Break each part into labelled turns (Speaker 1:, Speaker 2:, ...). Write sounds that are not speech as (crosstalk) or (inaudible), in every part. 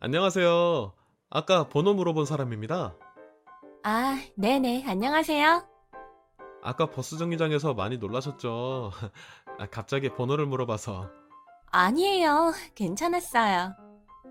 Speaker 1: 안녕하세요. 아까 번호 물어본 사람입니다.
Speaker 2: 아, 네네, 안녕하세요.
Speaker 1: 아까 버스 정류장에서 많이 놀라셨죠? (laughs) 아, 갑자기 번호를 물어봐서.
Speaker 2: 아니에요, 괜찮았어요.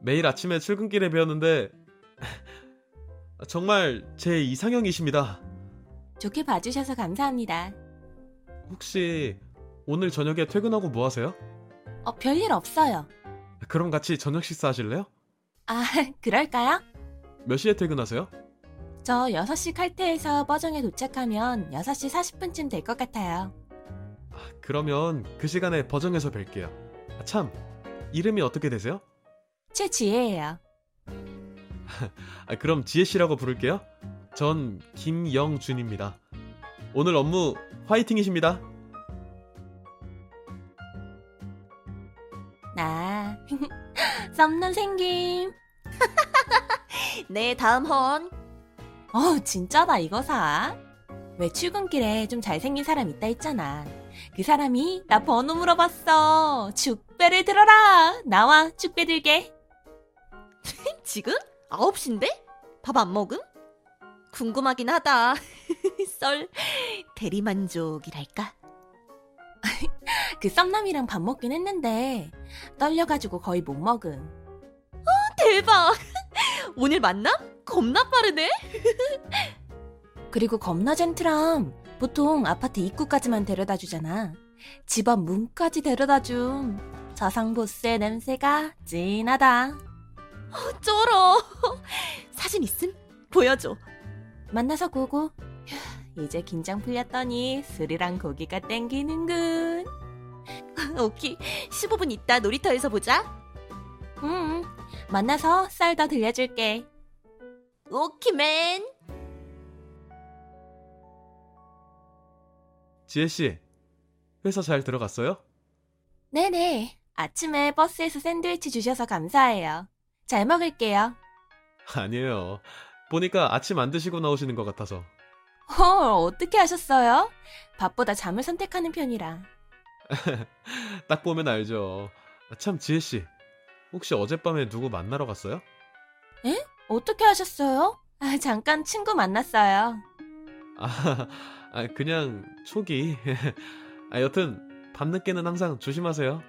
Speaker 1: 매일 아침에 출근길에 배웠는데, (laughs) 아, 정말 제 이상형이십니다.
Speaker 2: 좋게 봐주셔서 감사합니다.
Speaker 1: 혹시 오늘 저녁에 퇴근하고 뭐 하세요?
Speaker 2: 어, 별일 없어요.
Speaker 1: 그럼 같이 저녁 식사 하실래요?
Speaker 2: 아, 그럴까요?
Speaker 1: 몇 시에 퇴근하세요?
Speaker 2: 저 6시 칼퇴해서 버정에 도착하면 6시 40분쯤 될 것 같아요.
Speaker 1: 아, 그러면 그 시간에 버정에서 뵐게요. 아, 참, 이름이 어떻게 되세요?
Speaker 2: 최지혜예요.
Speaker 1: 아, 그럼 지혜 씨라고 부를게요. 전 김영준입니다. 오늘 업무 화이팅이십니다.
Speaker 2: 나, (laughs) 썸남 생김.
Speaker 3: (laughs) 네, 다음 헌.
Speaker 2: 어, 진짜다, 이거 사. 왜 출근길에 좀 잘생긴 사람 있다 했잖아. 그 사람이 나 번호 물어봤어. 축배를 들어라. 나와, 축배 들게.
Speaker 3: (laughs) 지금? 9시인데? 밥 안 먹음? 궁금하긴 하다. (laughs) 썰. 대리만족이랄까?
Speaker 2: (laughs) 그 썸남이랑 밥 먹긴 했는데 떨려가지고 거의 못 먹음.
Speaker 3: 대박! (laughs) 오늘 만남? 겁나 빠르네? (laughs)
Speaker 2: 그리고 겁나 젠틀함. 보통 아파트 입구까지만 데려다 주잖아. 집 앞 문까지 데려다 줌. 저상 보스의 냄새가 진하다.
Speaker 3: 어, 쩔어. (laughs) 사진 있음? 보여줘.
Speaker 2: 만나서 고고. (sighs) 휴, 이제 긴장 풀렸더니 술이랑 고기가 땡기는군.
Speaker 3: (laughs) 오케이. 15분 있다 놀이터에서 보자.
Speaker 2: 음, 만나서 쌀 더 들려줄게.
Speaker 3: 오키맨.
Speaker 1: 지혜 씨, 회사 잘 들어갔어요? (laughs)
Speaker 2: 네네. 아침에 버스에서 샌드위치 주셔서 감사해요. 잘 먹을게요.
Speaker 1: 아니에요. 보니까 아침 안 드시고 나오시는 것 같아서.
Speaker 2: 헐, 어떻게 하셨어요? 밥보다 잠을 선택하는 편이라.
Speaker 1: 딱 보면 알죠. 아, 참, 지혜 씨. 혹시 어젯밤에 누구 만나러 갔어요?
Speaker 2: 어떻게 하셨어요? 아, 잠깐 친구 만났어요.
Speaker 1: 아, (laughs) 아, 그냥 초기. (laughs) 아, 여튼 밤늦게는 항상 조심하세요.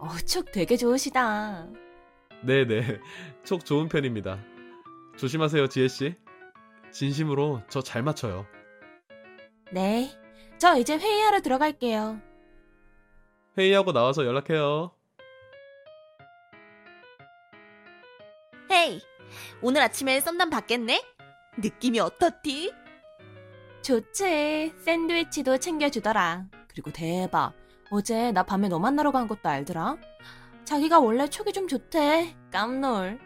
Speaker 2: 어, 촉 되게 좋으시다.
Speaker 1: 네네. 촉 좋은 편입니다. 조심하세요, 지혜 씨. 진심으로 저 잘 맞춰요.
Speaker 2: 네. 저 이제 회의하러 들어갈게요.
Speaker 1: 회의하고 나와서 연락해요.
Speaker 3: 헤이. 오늘 아침에 썸남 봤겠네? 느낌이 어떻디?
Speaker 2: 좋지. 샌드위치도 챙겨주더라. 그리고 대박. 어제 나 밤에 너 만나러 간 것도 알더라. 자기가 원래 촉이 좀 좋대. 깜놀.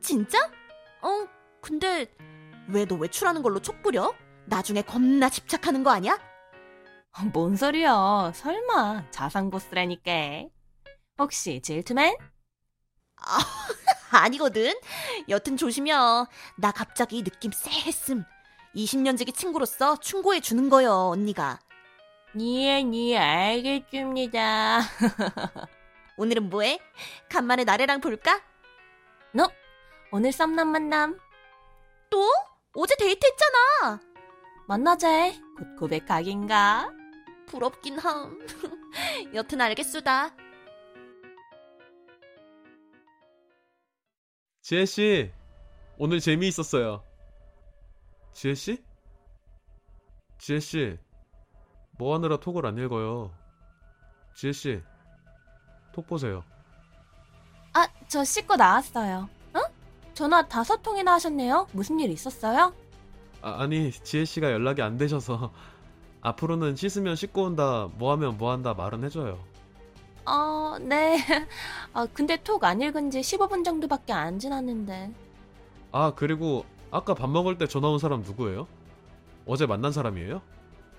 Speaker 3: 진짜? 어, 근데 왜 너 외출하는 걸로 촉 부려? 나중에 겁나 집착하는 거 아니야?
Speaker 2: 뭔 소리야. 설마. 자상보스라니까. 혹시 질투맨?
Speaker 3: (laughs) 아니거든. 여튼 조심여. 나 갑자기 느낌 쎄했음. 20년지기 친구로서 충고해 주는 거여, 언니가.
Speaker 2: 니에, 니에, 알겠습니다. (laughs)
Speaker 3: 오늘은 뭐해? 간만에 나래랑 볼까?
Speaker 2: 오늘 썸남 만남
Speaker 3: 또? 어제 데이트했잖아.
Speaker 2: 만나재 곧 고백 각인가?
Speaker 3: 부럽긴 함. (laughs) 여튼 알겠수다.
Speaker 1: 지혜 씨, 오늘 재미있었어요. 지혜 씨? 지혜 씨, 뭐 하느라 톡을 안 읽어요. 지혜 씨, 톡 보세요.
Speaker 2: 아, 저 씻고 나왔어요. 응? 전화 다섯 통이나 하셨네요. 무슨 일 있었어요?
Speaker 1: 아, 아니, 지혜 씨가 연락이 안 되셔서 (laughs) 앞으로는 씻으면 씻고 온다, 뭐 하면 뭐 한다 말은 해줘요.
Speaker 2: 어, 네. (laughs) 아, 근데 톡 안 읽은 지 15분 정도밖에 안 지났는데.
Speaker 1: 아, 그리고 아까 밥 먹을 때 전화 온 사람 누구예요? 어제 만난 사람이에요?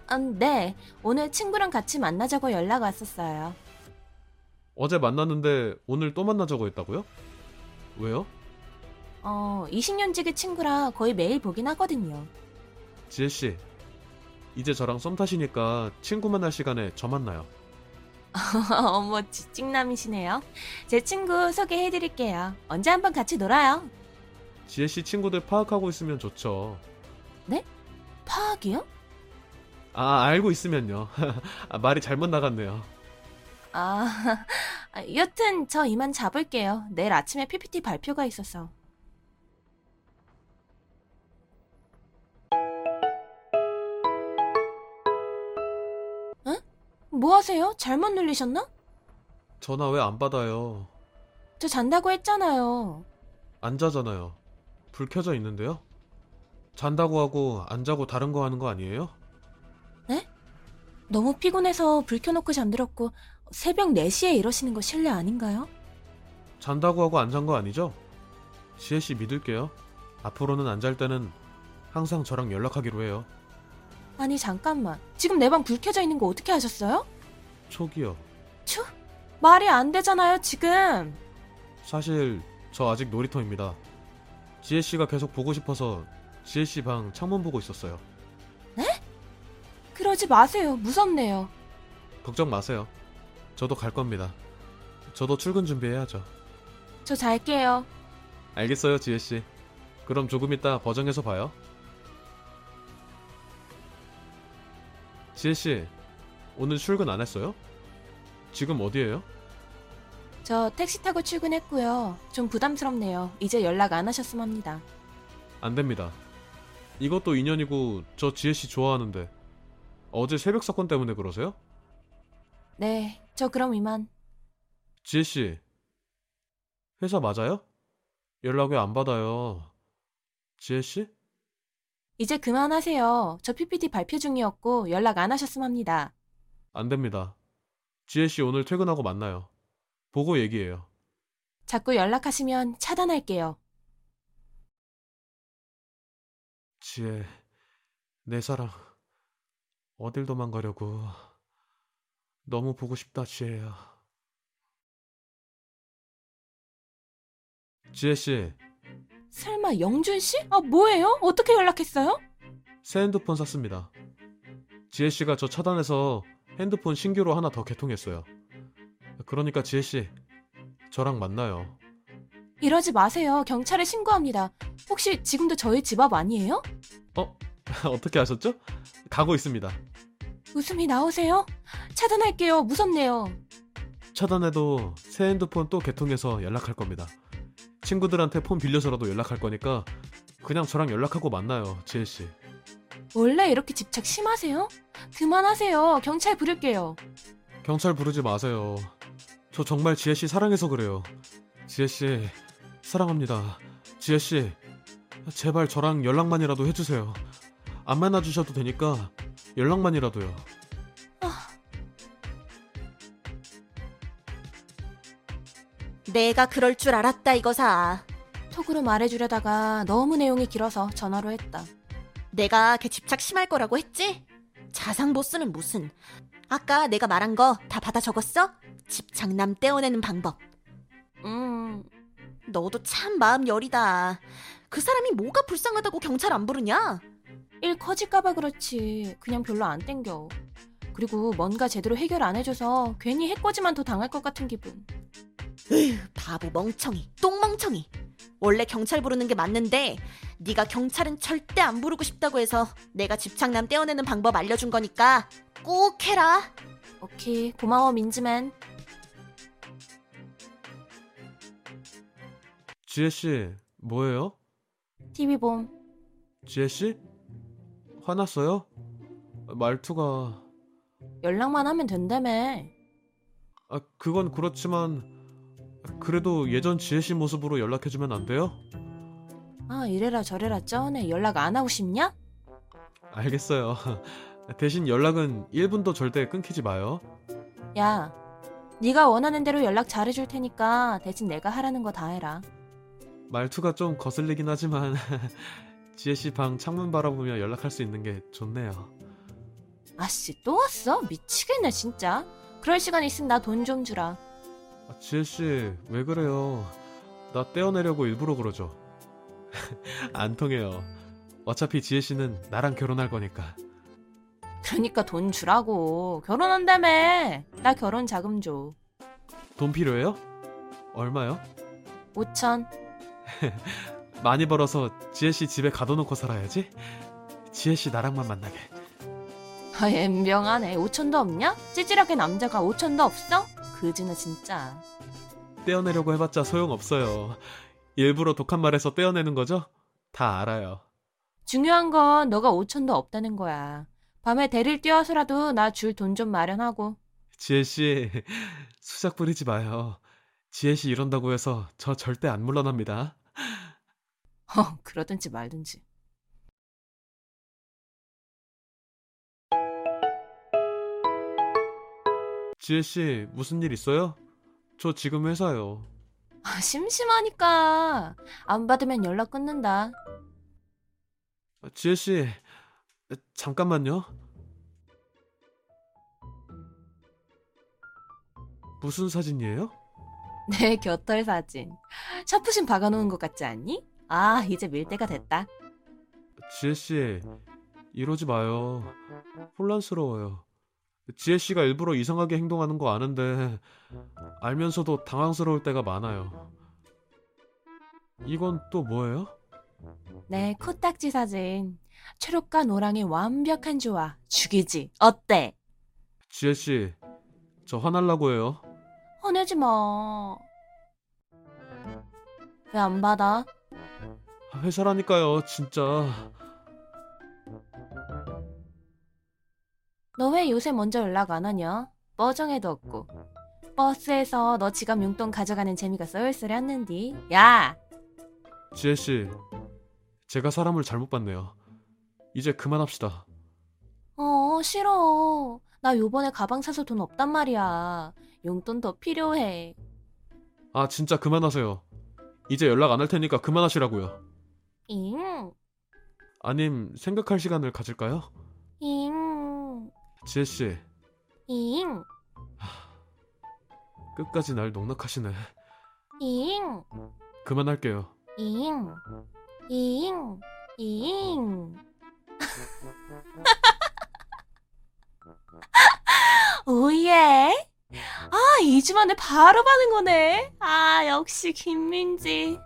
Speaker 2: 아, 네. 오늘 친구랑 같이 만나자고 연락 왔었어요.
Speaker 1: 어제 만났는데 오늘 또 만나자고 했다고요? 왜요?
Speaker 2: 어, 20년지기 친구라 거의 매일 보긴 하거든요. (laughs)
Speaker 1: 지혜 씨, 이제 저랑 썸 타시니까 친구 만날 시간에 저 만나요.
Speaker 2: 어머, 지찍남이시네요. 제 친구 소개해드릴게요. 언제 한번 같이 놀아요.
Speaker 1: 지혜 씨 친구들 파악하고 있으면 좋죠.
Speaker 2: 파악이요?
Speaker 1: 아, 알고 있으면요. (laughs) 아, 말이 잘못 나갔네요.
Speaker 2: 아, (laughs) 아, 여튼 저 이만 잡을게요. 내일 아침에 PPT 발표가 있어서. 응? 뭐 하세요? 잘못 눌리셨나?
Speaker 1: 전화 왜 안 받아요?
Speaker 2: 저 잔다고 했잖아요.
Speaker 1: 안 자잖아요. 불 켜져 있는데요? 잔다고 하고 안 자고 다른 거 하는 거 아니에요?
Speaker 2: 너무 피곤해서 불 켜놓고 잠들었고 새벽 4시에 이러시는 거 실례 아닌가요?
Speaker 1: 잔다고 하고 안 잔 거 아니죠? 지혜 씨 믿을게요. 앞으로는 안 잘 때는 항상 저랑 연락하기로 해요.
Speaker 2: 아니 잠깐만 지금 내 방 불 켜져 있는 거 어떻게 아셨어요?
Speaker 1: 초기요.
Speaker 2: 말이 안 되잖아요 지금
Speaker 1: 사실 저 아직 놀이터입니다. 지혜 씨가 계속 보고 싶어서 지혜 씨 방 창문 보고 있었어요.
Speaker 2: 그러지 마세요 무섭네요
Speaker 1: 걱정 마세요. 저도 갈 겁니다. 저도 출근 준비해야죠.
Speaker 2: 저 잘게요
Speaker 1: 알겠어요, 지혜 씨. 그럼 조금 이따 버정해서 봐요. 지혜 씨, 오늘 출근 안 했어요? 지금 어디에요?
Speaker 2: 저 택시 타고 출근했고요 좀 부담스럽네요 이제 연락 안 하셨으면 합니다
Speaker 1: 안 됩니다. 이것도 인연이고 저 지혜 씨 좋아하는데 어제 새벽 사건 때문에 그러세요?
Speaker 2: 네 저 그럼 이만
Speaker 1: 지혜 씨, 회사 맞아요? 연락 왜 안 받아요? 지혜 씨?
Speaker 2: 이제 그만하세요 저 PPT 발표 중이었고 연락 안 하셨으면 합니다
Speaker 1: 안 됩니다. 지혜 씨 오늘 퇴근하고 만나요. 보고 얘기해요.
Speaker 2: 자꾸 연락하시면 차단할게요
Speaker 1: 지혜, 내 사랑, 어딜 도망가려고. 너무 보고 싶다, 지혜야. 지혜씨,
Speaker 2: 설마 영준씨? 아 뭐예요? 어떻게 연락했어요?
Speaker 1: 새 핸드폰 샀습니다. 지혜씨가 저 차단해서 핸드폰 신규로 하나 더 개통했어요. 그러니까 지혜씨, 저랑 만나요. (laughs)
Speaker 2: 이러지 마세요. 경찰에 신고합니다. 혹시 지금도 저희 집 앞 아니에요?
Speaker 1: 어떻게 아셨죠? 가고 있습니다.
Speaker 2: 웃음이 나오세요? 차단할게요. 무섭네요.
Speaker 1: 차단해도 새 핸드폰 또 개통해서 연락할 겁니다. 친구들한테 폰 빌려서라도 연락할 거니까 그냥 저랑 연락하고 만나요, 지혜 씨.
Speaker 2: 원래 이렇게 집착 심하세요? 그만하세요. 경찰 부를게요.
Speaker 1: 경찰 부르지 마세요. 저 정말 지혜 씨 사랑해서 그래요. 지혜 씨 사랑합니다. 지혜 씨 제발 저랑 연락만이라도 해주세요. 안 만나 주셔도 되니까 연락만이라도요.
Speaker 3: 내가 그럴 줄 알았다 이거사.
Speaker 2: 톡으로 말해주려다가 너무 내용이 길어서 전화로 했다.
Speaker 3: 내가 걔 집착 심할 거라고 했지? 자상보스는 무슨? 아까 내가 말한 거 다 받아 적었어? 집착남 떼어내는 방법.
Speaker 2: 음,
Speaker 3: 너도 참 마음 여리다. 그 사람이 뭐가 불쌍하다고 경찰 안 부르냐?
Speaker 2: 일 커질까봐 그렇지. 그냥 별로 안 땡겨. 그리고 뭔가 제대로 해결 안 해줘서 괜히 해코지만 더 당할 것 같은 기분.
Speaker 3: 바보 멍청이, 똥멍청이. 원래 경찰 부르는 게 맞는데 네가 경찰은 절대 안 부르고 싶다고 해서 내가 집착남 떼어내는 방법 알려준 거니까 꼭 해라.
Speaker 2: 오케이. 고마워, 민지맨.
Speaker 1: 지혜 씨 뭐예요?
Speaker 2: TV봄.
Speaker 1: 지혜 씨 화났어요? 말투가
Speaker 2: 연락만 하면 된다며.
Speaker 1: 아 그건 그렇지만 그래도 예전 지혜 씨 모습으로 연락해주면 안 돼요?
Speaker 2: 아 이래라 저래라 쩌네 연락 안 하고 싶냐?
Speaker 1: 알겠어요. (laughs) 대신 연락은 1분도 절대 끊기지 마요.
Speaker 2: 야 네가 원하는 대로 연락 잘해줄 테니까 대신 내가 하라는 거 다 해라
Speaker 1: 말투가 좀 거슬리긴 하지만 (laughs) 지혜 씨 방 창문 바라보며 연락할 수 있는 게 좋네요.
Speaker 2: 아씨 또 왔어? 미치겠네 진짜 그럴 시간 있으면 나 돈 좀 주라
Speaker 1: 아, 지혜 씨 왜 그래요? 나 떼어내려고 일부러 그러죠. (laughs) 안 통해요. 어차피 지혜 씨는 나랑 결혼할 거니까.
Speaker 2: 그러니까 돈 주라고. 결혼한다며. 나 결혼 자금 줘.
Speaker 1: 돈 필요해요? 얼마요?
Speaker 2: 5천.
Speaker 1: 많이 벌어서 지혜 씨 집에 가둬놓고 살아야지. 지혜 씨 나랑만 만나게.
Speaker 2: 아, 엠병하네. 5천도 없냐? 찌질하게 남자가 5천도 없어? 그지나 진짜.
Speaker 1: 떼어내려고 해봤자 소용없어요. 일부러 독한 말에서 떼어내는 거죠? 다 알아요.
Speaker 2: 중요한 건 너가 5천도 없다는 거야. 밤에 대를 뛰어서라도 나 줄 돈 좀 마련하고.
Speaker 1: 지혜 씨, 수작 부리지 마요. 지혜 씨 이런다고 해서 저 절대 안 물러납니다.
Speaker 2: 어, 그러든지 말든지.
Speaker 1: 지혜 씨, 무슨 일 있어요? 저 지금 회사요.
Speaker 2: 아, 심심하니까. 안 받으면 연락 끊는다.
Speaker 1: 지혜 씨, 잠깐만요. 무슨 사진이에요?
Speaker 2: 내 곁털 사진. 샤프신 박아놓은 것 같지 않니? 아, 이제 밀 때가 됐다.
Speaker 1: 지혜 씨, 이러지 마요. 혼란스러워요. 지혜 씨가 일부러 이상하게 행동하는 거 아는데 알면서도 당황스러울 때가 많아요. 이건 또 뭐예요?
Speaker 2: 내 네, 코딱지 사진. 초록과 노랑의 완벽한 조화. 죽이지. 어때?
Speaker 1: 지혜 씨, 저 화날라고 해요.
Speaker 2: 화내지 마. 왜 안 받아?
Speaker 1: 회사라니까요, 진짜.
Speaker 2: 너 왜 요새 먼저 연락 안 하냐? 뻐정에도 없고. 버스에서 너 지갑 용돈 가져가는 재미가 쏠쏠했는디. 야!
Speaker 1: 지혜 씨, 제가 사람을 잘못 봤네요. 이제 그만합시다.
Speaker 2: 어, 싫어. 나 요번에 가방 사서 돈 없단 말이야. 용돈 더 필요해.
Speaker 1: 아, 진짜 그만하세요. 이제 연락 안 할 테니까 그만하시라고요.
Speaker 2: 잉,
Speaker 1: 아님 생각할 시간을 가질까요?
Speaker 2: 잉,
Speaker 1: 지혜 씨,
Speaker 2: 잉,
Speaker 1: 끝까지 날 농락하시네.
Speaker 2: 잉,
Speaker 1: 그만할게요.
Speaker 2: 잉, 잉, 잉. (laughs) 오예. 아, 2주 만에 바로 받은 거네. 아, 역시 김민지.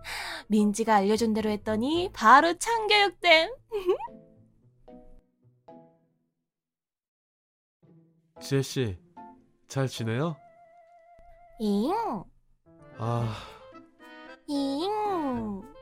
Speaker 2: 민지가 알려준 대로 했더니 바로 참교육됨.
Speaker 1: 지혜 씨, 잘 지내요?
Speaker 2: 잉,
Speaker 1: 아,
Speaker 2: 잉.